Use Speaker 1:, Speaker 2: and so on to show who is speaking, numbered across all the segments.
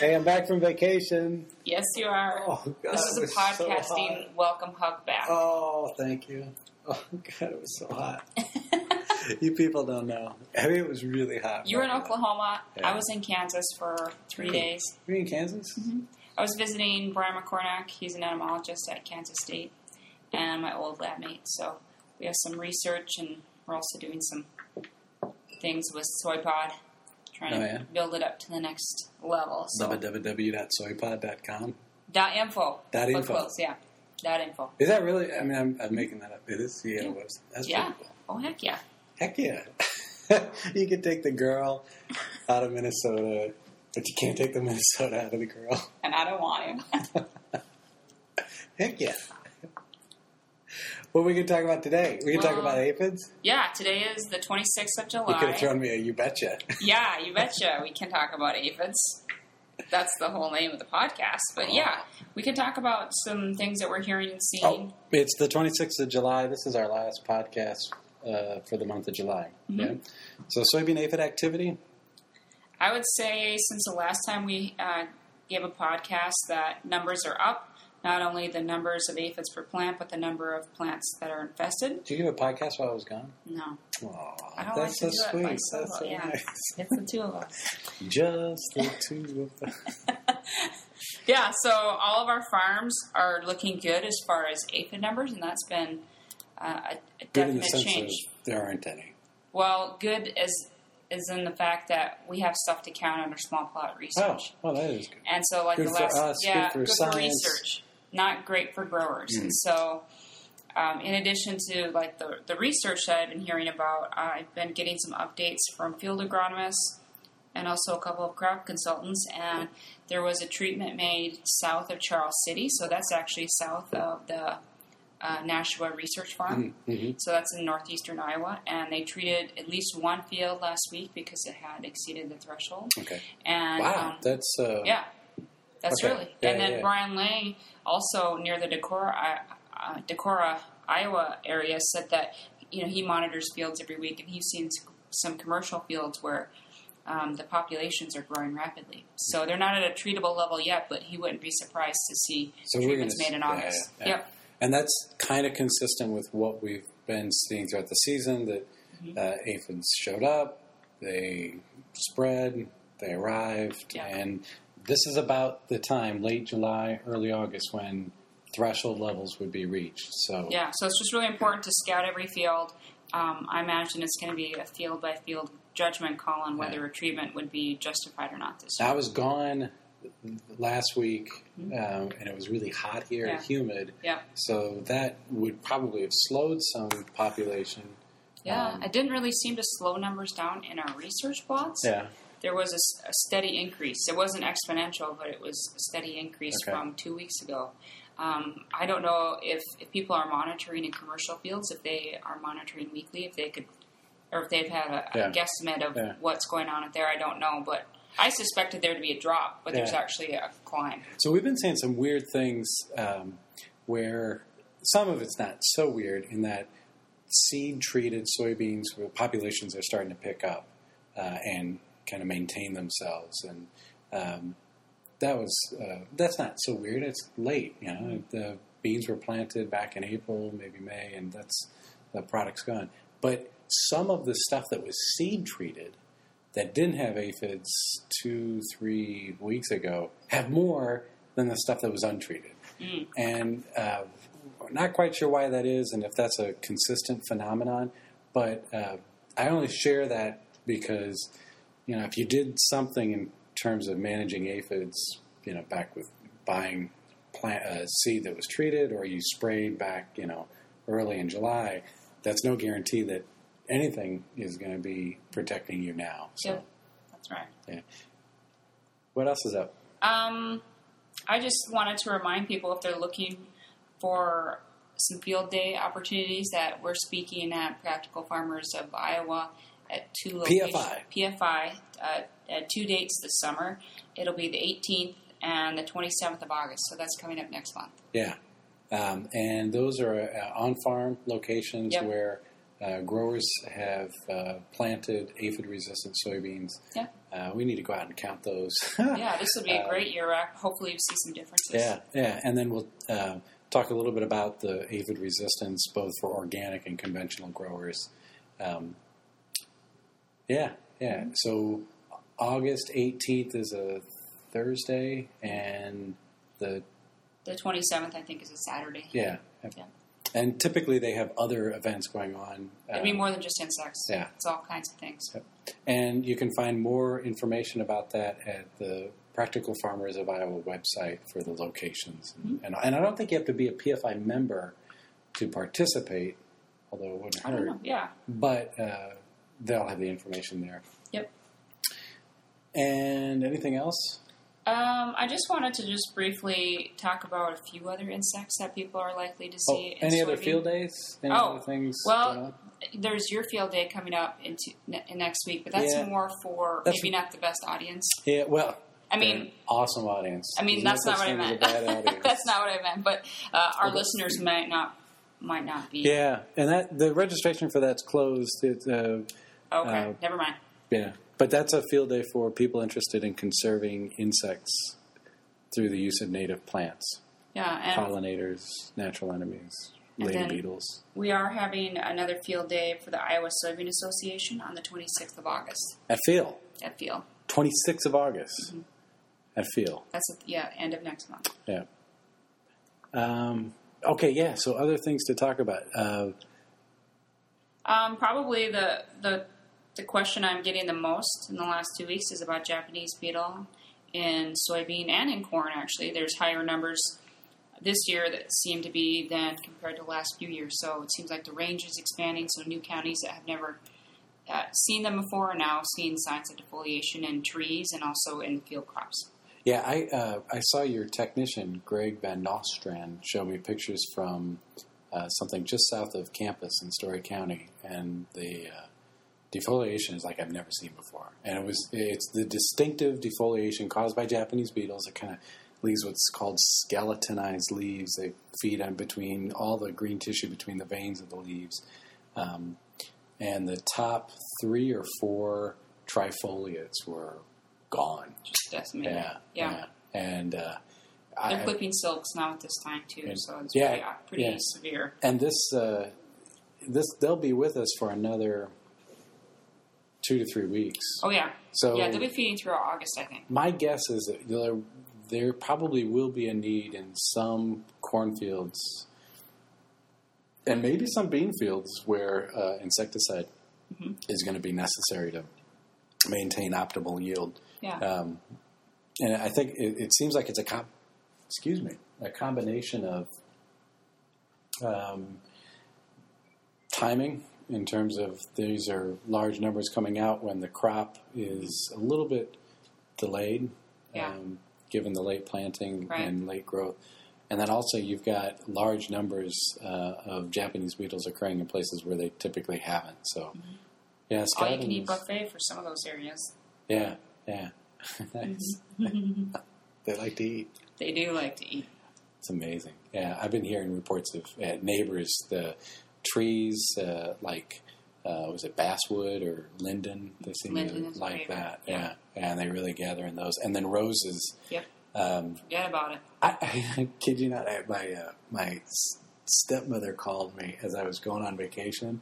Speaker 1: Hey, I'm back from vacation.
Speaker 2: Yes, you are.
Speaker 1: Oh, God.
Speaker 2: this is
Speaker 1: it
Speaker 2: a
Speaker 1: was so
Speaker 2: podcasting
Speaker 1: hot.
Speaker 2: welcome hug back.
Speaker 1: oh, thank you. Oh, God, it was so hot. you people don't know. I mean, it was really hot.
Speaker 2: you were in
Speaker 1: Right.
Speaker 2: Oklahoma.
Speaker 1: Yeah.
Speaker 2: I was in Kansas for three
Speaker 1: Really?
Speaker 2: days.
Speaker 1: Were you in Kansas?
Speaker 2: I was visiting Brian McCornack. He's an entomologist at Kansas State, and my old lab mate. So we have some research, and we're also doing some things with soy pod, trying
Speaker 1: Oh,
Speaker 2: to
Speaker 1: yeah?
Speaker 2: build it up to the next level. So
Speaker 1: www.soypod.com.
Speaker 2: dot info.
Speaker 1: Dot
Speaker 2: But
Speaker 1: info.
Speaker 2: Close, yeah. Dot info.
Speaker 1: Is that really? I mean, I'm, I'm making that up. It is the Seattle website. That's
Speaker 2: Yeah.
Speaker 1: pretty cool.
Speaker 2: Oh heck yeah.
Speaker 1: Heck yeah. you can take the girl out of Minnesota, but you can't take the Minnesota out of the girl.
Speaker 2: And I don't want him.
Speaker 1: Heck yeah. What we can talk about today? We can talk
Speaker 2: Well,
Speaker 1: about aphids.
Speaker 2: yeah. Today is the 26th of
Speaker 1: You could
Speaker 2: July.
Speaker 1: have thrown me a you betcha.
Speaker 2: Yeah, you betcha. We can talk about aphids. That's the whole name of the podcast.
Speaker 1: Uh-huh.
Speaker 2: But yeah, we can talk about some things that we're hearing and seeing.
Speaker 1: Oh, it's the 26th of July. This is our last podcast uh, for the month of July.
Speaker 2: Mm-hmm.
Speaker 1: Yeah. So soybean aphid activity.
Speaker 2: I would say since the last time we uh, gave a podcast that numbers are up. Not only the numbers of aphids per plant, but the number of plants that are infested.
Speaker 1: Did you give a podcast while I was gone?
Speaker 2: No,
Speaker 1: Aw,
Speaker 2: Oh, I don't
Speaker 1: that's
Speaker 2: like to
Speaker 1: so
Speaker 2: do
Speaker 1: sweet.
Speaker 2: that myself.
Speaker 1: That's so
Speaker 2: yeah,
Speaker 1: nice.
Speaker 2: it's the two of us.
Speaker 1: Just the two of us.
Speaker 2: Yeah, so all of our farms are looking good as far as aphid numbers, and that's been uh, a, a
Speaker 1: Good in
Speaker 2: definite
Speaker 1: the sense
Speaker 2: change.
Speaker 1: of there aren't any.
Speaker 2: Well, good is is in the fact that we have stuff to count under small plot
Speaker 1: Oh,
Speaker 2: research,
Speaker 1: well, that is good.
Speaker 2: and so like
Speaker 1: Good
Speaker 2: the
Speaker 1: for
Speaker 2: last,
Speaker 1: us,
Speaker 2: yeah,
Speaker 1: good for science. Hmm.
Speaker 2: research, not great for growers. And so, um, in addition to like the the research that I've been hearing about, I've been getting some updates from field agronomists and also a couple of crop consultants. And there was a treatment made south of Charles City, so that's actually south of the uh, Nashua Research Farm.
Speaker 1: Mhm.
Speaker 2: So that's in northeastern Iowa, and they treated at least one field last week because it had exceeded the threshold.
Speaker 1: Okay.
Speaker 2: And
Speaker 1: Wow,
Speaker 2: um,
Speaker 1: that's uh,
Speaker 2: yeah, that's
Speaker 1: Okay.
Speaker 2: really.
Speaker 1: Yeah,
Speaker 2: and then
Speaker 1: yeah.
Speaker 2: Brian Lang, also near the Decorah, I- uh, Decorah, Iowa area, said that you know he monitors fields every week, and he's seen s- some commercial fields where um, the populations are growing rapidly. So they're not at a treatable level yet, but he wouldn't be surprised to see
Speaker 1: So we're
Speaker 2: treatments
Speaker 1: gonna-
Speaker 2: made in
Speaker 1: yeah,
Speaker 2: August.
Speaker 1: yeah, yeah.
Speaker 2: Yep.
Speaker 1: And that's kind of consistent with what we've been seeing throughout the season that
Speaker 2: Mm-hmm.
Speaker 1: uh, aphids showed up, they spread, they arrived,
Speaker 2: Yeah.
Speaker 1: and this is about the time, late July, early August, when threshold levels would be reached. So,
Speaker 2: Yeah, so it's just really important to scout every field. Um, I imagine it's going to be a field by field judgment call on whether a treatment would be justified or not this year.
Speaker 1: I was gone last week, um, and it was really hot here and
Speaker 2: Mm-hmm. Yeah.
Speaker 1: humid.
Speaker 2: Yeah,
Speaker 1: So that would probably have slowed some population.
Speaker 2: yeah.
Speaker 1: Um,
Speaker 2: it didn't really seem to slow numbers down in our research plots.
Speaker 1: Yeah.
Speaker 2: There was a s- a, steady increase. It wasn't exponential, but it was a steady increase
Speaker 1: Okay.
Speaker 2: from two weeks ago. Um, I don't know if, if people are monitoring in commercial fields, if they are monitoring weekly, if they could, or if they've had a,
Speaker 1: Yeah.
Speaker 2: a guesstimate of
Speaker 1: Yeah.
Speaker 2: what's going on out there. I don't know, but I suspected there to be a drop, but there's
Speaker 1: Yeah.
Speaker 2: actually a climb.
Speaker 1: So we've been seeing some weird things um, where some of it's not so weird in that seed treated soybeans where populations are starting to pick up uh, and kind of maintain themselves and um, that was uh, that's not so weird it's late you know the beans were planted back in April maybe May and that's the product's gone but some of the stuff that was seed treated that didn't have aphids two, three weeks ago have more than the stuff that was untreated. And uh, we're not quite sure why that is and if that's a consistent phenomenon, but uh, I only share that because, you know, if you did something in terms of managing aphids, you know, back with buying plant, uh, seed that was treated or you sprayed back, you know, early in July, that's no guarantee that anything is going to be protecting you now. So.
Speaker 2: Yep, that's right.
Speaker 1: What else is up?
Speaker 2: Um, I just wanted to remind people if they're looking for some field day opportunities that we're speaking at Practical Farmers of Iowa at two locations.
Speaker 1: PFI.
Speaker 2: PFI uh, at two dates this summer. It'll be the 18th and the 27th of August, so that's coming up next month.
Speaker 1: Yeah. Um, and those are uh, on farm locations
Speaker 2: Yep.
Speaker 1: where uh, growers have uh, planted aphid resistant soybeans
Speaker 2: Yeah.
Speaker 1: Uh, we need to go out and count those.
Speaker 2: yeah, this would be a great year. I- Hopefully, we see some differences.
Speaker 1: Uh, Yeah, yeah, and then we'll uh, talk a little bit about the aphid resistance, both for organic and conventional growers. Um, yeah, yeah.
Speaker 2: Mm-hmm.
Speaker 1: So August eighteenth is a Thursday, and the
Speaker 2: The 27th, I think, is a Saturday.
Speaker 1: yeah,
Speaker 2: Yeah.
Speaker 1: and typically they have other events going on.
Speaker 2: It'd be
Speaker 1: um,
Speaker 2: more than just insects.
Speaker 1: yeah.
Speaker 2: It's all kinds of things.
Speaker 1: And you can find more information about that at the Practical Farmers of Iowa website for the locations.
Speaker 2: Mm-hmm.
Speaker 1: And, and I don't think you have to be a PFI member to participate, although it wouldn't
Speaker 2: I don't
Speaker 1: hurt.
Speaker 2: know. Yeah.
Speaker 1: But uh, they'll have the information there.
Speaker 2: Yep.
Speaker 1: And anything else?
Speaker 2: Um, I just wanted to just briefly talk about a few other insects that people are likely to
Speaker 1: Oh,
Speaker 2: see. in
Speaker 1: any other
Speaker 2: soybean.
Speaker 1: field days? Any
Speaker 2: Oh,
Speaker 1: other things?
Speaker 2: well,
Speaker 1: going on?
Speaker 2: There's your field day coming up in, two, ne- in next week, but that's
Speaker 1: Yeah.
Speaker 2: more for
Speaker 1: That's-
Speaker 2: maybe not the best audience.
Speaker 1: yeah. Well,
Speaker 2: I
Speaker 1: they're
Speaker 2: mean,
Speaker 1: an awesome audience.
Speaker 2: I mean,
Speaker 1: There's no
Speaker 2: that's not
Speaker 1: such
Speaker 2: what I
Speaker 1: thing as a
Speaker 2: meant.
Speaker 1: bad audience.
Speaker 2: that's not what I meant. But uh, our
Speaker 1: Okay.
Speaker 2: listeners might not might not be.
Speaker 1: Yeah, and that the registration for that's closed. It, uh,
Speaker 2: Okay.
Speaker 1: Uh,
Speaker 2: Never mind.
Speaker 1: Yeah, but that's a field day for people interested in conserving insects through the use of native plants,
Speaker 2: Yeah. And
Speaker 1: pollinators, natural enemies,
Speaker 2: And
Speaker 1: lady
Speaker 2: then-
Speaker 1: beetles.
Speaker 2: we are having another field day for the Iowa Soybean Association on the 26th of August
Speaker 1: At Feel,
Speaker 2: at Field.
Speaker 1: 26th of August.
Speaker 2: Mm-hmm.
Speaker 1: At Feel,
Speaker 2: That's at, yeah, end of next month.
Speaker 1: yeah. Um, okay, yeah. So other things to talk about. Uh,
Speaker 2: Um, probably the, the the question I'm getting the most in the last two weeks is about Japanese beetle in soybean and in corn. Actually, there's higher numbers this year that seem to be than compared to last few years. So it seems like the range is expanding. So new counties that have never uh, seen them before are now seeing signs of defoliation in trees and also in field crops.
Speaker 1: Yeah, I uh, I saw your technician Greg Van Nostrand show me pictures from uh, something just south of campus in Story County, and the uh, defoliation is like I've never seen before. And it was it's the distinctive defoliation caused by Japanese beetles. It kind of leaves what's called skeletonized leaves. They feed on between all the green tissue between the veins of the leaves, um, and the top three or four trifoliates were gone.
Speaker 2: Just decimated.
Speaker 1: Yeah,
Speaker 2: Yeah.
Speaker 1: And uh,
Speaker 2: They're
Speaker 1: I,
Speaker 2: clipping silks now at this time too,
Speaker 1: And-
Speaker 2: so it's
Speaker 1: yeah,
Speaker 2: pretty, uh, pretty
Speaker 1: yeah.
Speaker 2: severe.
Speaker 1: and this uh, this they'll be with us for another two to three weeks.
Speaker 2: Oh yeah,
Speaker 1: So
Speaker 2: yeah. They'll be feeding throughout August, I think.
Speaker 1: my guess is that there there probably will be a need in some cornfields and maybe some bean fields where uh, insecticide
Speaker 2: Mm-hmm.
Speaker 1: is going to be necessary to maintain optimal yield.
Speaker 2: Yeah.
Speaker 1: Um, and I think it, it seems like it's a com- excuse me a combination of um, timing in terms of these are large numbers coming out when the crop is a little bit delayed,
Speaker 2: Yeah.
Speaker 1: um, given the late planting
Speaker 2: Right.
Speaker 1: and late growth. And then also you've got large numbers uh, of Japanese beetles occurring in places where they typically haven't. So, yeah,
Speaker 2: Mm-hmm. all Oh, you can
Speaker 1: scavengers.
Speaker 2: eat buffet for some of those areas.
Speaker 1: Yeah, yeah. nice. they like to eat.
Speaker 2: They do like to eat.
Speaker 1: It's amazing. Yeah, I've been hearing reports of uh, neighbors, the trees uh, like uh, was it basswood or linden? They seem
Speaker 2: Linden
Speaker 1: to
Speaker 2: is
Speaker 1: like
Speaker 2: my favorite,
Speaker 1: that. Yeah.
Speaker 2: yeah.
Speaker 1: and they really gather in those. And then roses.
Speaker 2: Yep.
Speaker 1: Um,
Speaker 2: Forget about it.
Speaker 1: I, I, kid you not, I, my uh, my s- stepmother called me as I was going on vacation,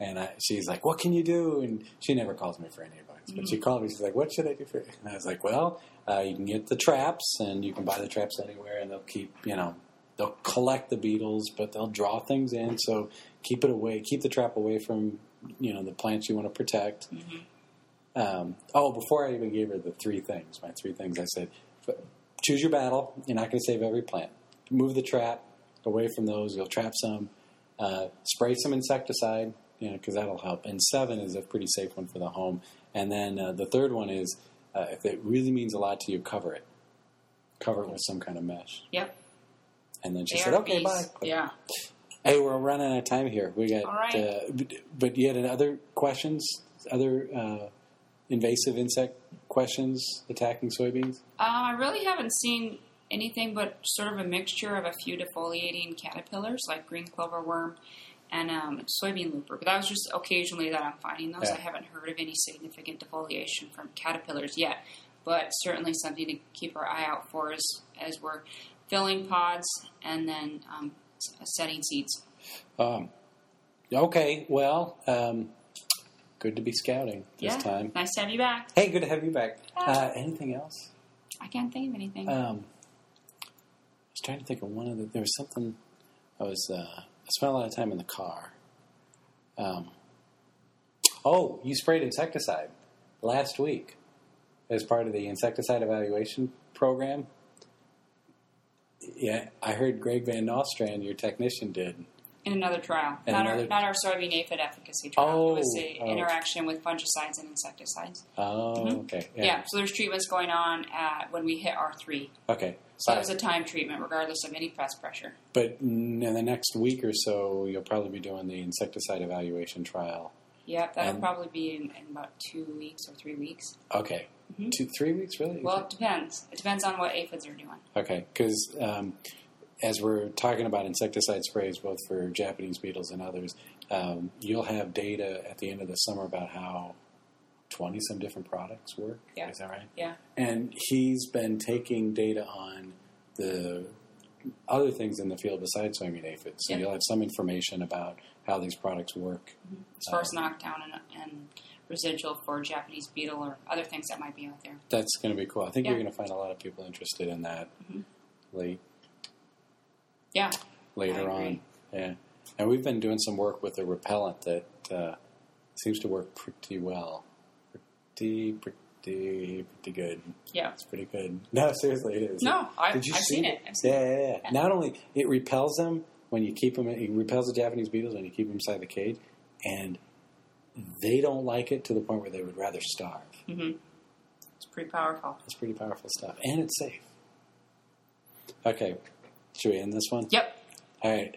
Speaker 1: and I, she's like, "What can you do?" And she never calls me for any advice, but she called me. She's like, "What should I do for?" And I was like, "Well, uh, you can get the traps, and you can buy the traps anywhere, and they'll keep you know." They'll collect the beetles, but they'll draw things in. So keep it away, keep the trap away from you know the plants you want to protect. Um, oh, before I even gave her the three things, my three things, I said, f- choose your battle. You're not going to save every plant. Move the trap away from those. You'll trap some. Uh, spray some insecticide, you know, because that'll help. And seven is a pretty safe one for the home. And then uh, the third one is, uh, if it really means a lot to you, cover it. Cover it with some kind of mesh.
Speaker 2: Yep.
Speaker 1: And then she
Speaker 2: They
Speaker 1: said,
Speaker 2: are
Speaker 1: "Okay,
Speaker 2: bees.
Speaker 1: bye."
Speaker 2: Yeah.
Speaker 1: Hey, we're running out of time here. We got,
Speaker 2: All right.
Speaker 1: uh, but, but you had other questions, other uh, invasive insect questions attacking soybeans.
Speaker 2: Um, I really haven't seen anything but sort of a mixture of a few defoliating caterpillars, like green clover worm and um, soybean looper. But that was just occasionally that I'm finding those.
Speaker 1: Yeah.
Speaker 2: I haven't heard of any significant defoliation from caterpillars yet, but certainly something to keep our eye out for as, as we're filling pods and then um, s- setting seeds.
Speaker 1: Um, okay, well, um, good to be scouting this
Speaker 2: yeah,
Speaker 1: time.
Speaker 2: nice to have you back.
Speaker 1: Hey, good to have you back. Uh, anything else?
Speaker 2: I can't think of anything.
Speaker 1: Um, I was trying to think of one of the. There was something. I was. Uh, I spent a lot of time in the car. Um, oh, you sprayed insecticide last week as part of the insecticide evaluation program. Yeah, I heard Greg Van Nostrand, your technician, did.
Speaker 2: in another trial,
Speaker 1: In
Speaker 2: not,
Speaker 1: another-
Speaker 2: our, not our soybean aphid efficacy trial.
Speaker 1: Oh,
Speaker 2: it was the
Speaker 1: oh.
Speaker 2: interaction with fungicides and insecticides.
Speaker 1: Oh,
Speaker 2: Mhm.
Speaker 1: okay.
Speaker 2: Yeah. so there's treatments going on at, when we hit R three.
Speaker 1: Okay.
Speaker 2: So
Speaker 1: Fine.
Speaker 2: it was a time treatment, regardless of any pest pressure.
Speaker 1: but in the next week or so, you'll probably be doing the insecticide evaluation trial.
Speaker 2: Yep, that'll
Speaker 1: And-
Speaker 2: probably be in, in about two weeks or three weeks.
Speaker 1: Okay.
Speaker 2: Mhm.
Speaker 1: Two, three weeks, really?
Speaker 2: Well, it depends. It depends on what aphids are doing.
Speaker 1: Okay, because um, as we're talking about insecticide sprays, both for Japanese beetles and others, um, you'll have data at the end of the summer about how twenty some different products work.
Speaker 2: Yeah.
Speaker 1: Is that right?
Speaker 2: Yeah.
Speaker 1: And he's been taking data on the other things in the field besides soybean aphids. So
Speaker 2: Yeah.
Speaker 1: you'll have some information about how these products work.
Speaker 2: As
Speaker 1: Oh.
Speaker 2: far as knockdown and, and residual for Japanese beetle or other things that might be out there.
Speaker 1: That's going to be cool. I think you're
Speaker 2: Yeah.
Speaker 1: going to find a lot of people interested in that
Speaker 2: Mhm.
Speaker 1: late
Speaker 2: Yeah,
Speaker 1: later
Speaker 2: I
Speaker 1: on.
Speaker 2: agree.
Speaker 1: Yeah, and we've been doing some work with a repellent that uh, seems to work pretty well, pretty, pretty, pretty good.
Speaker 2: yeah.
Speaker 1: It's pretty good. No, seriously, it is.
Speaker 2: No, I,
Speaker 1: Did you
Speaker 2: I've
Speaker 1: see
Speaker 2: seen it. I've seen
Speaker 1: Yeah, yeah, yeah.
Speaker 2: Yeah.
Speaker 1: Not only it repels them when you keep them, it repels the Japanese beetles when you keep them inside the cage, and they don't like it to the point where they would rather starve.
Speaker 2: it. hmm It's pretty powerful.
Speaker 1: It's pretty powerful stuff, and it's safe. Okay, should we end this one?
Speaker 2: Yep.
Speaker 1: All right.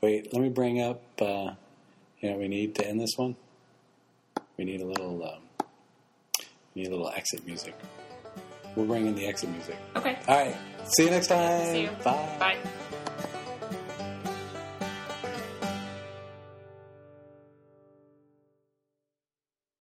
Speaker 1: Wait, let me bring up. Uh, you know, we need to end this one. We need a little. Um, we need a little exit music. We'll bring in the exit music.
Speaker 2: Okay.
Speaker 1: All right. See you next time.
Speaker 2: See you.
Speaker 1: Bye.
Speaker 2: Bye.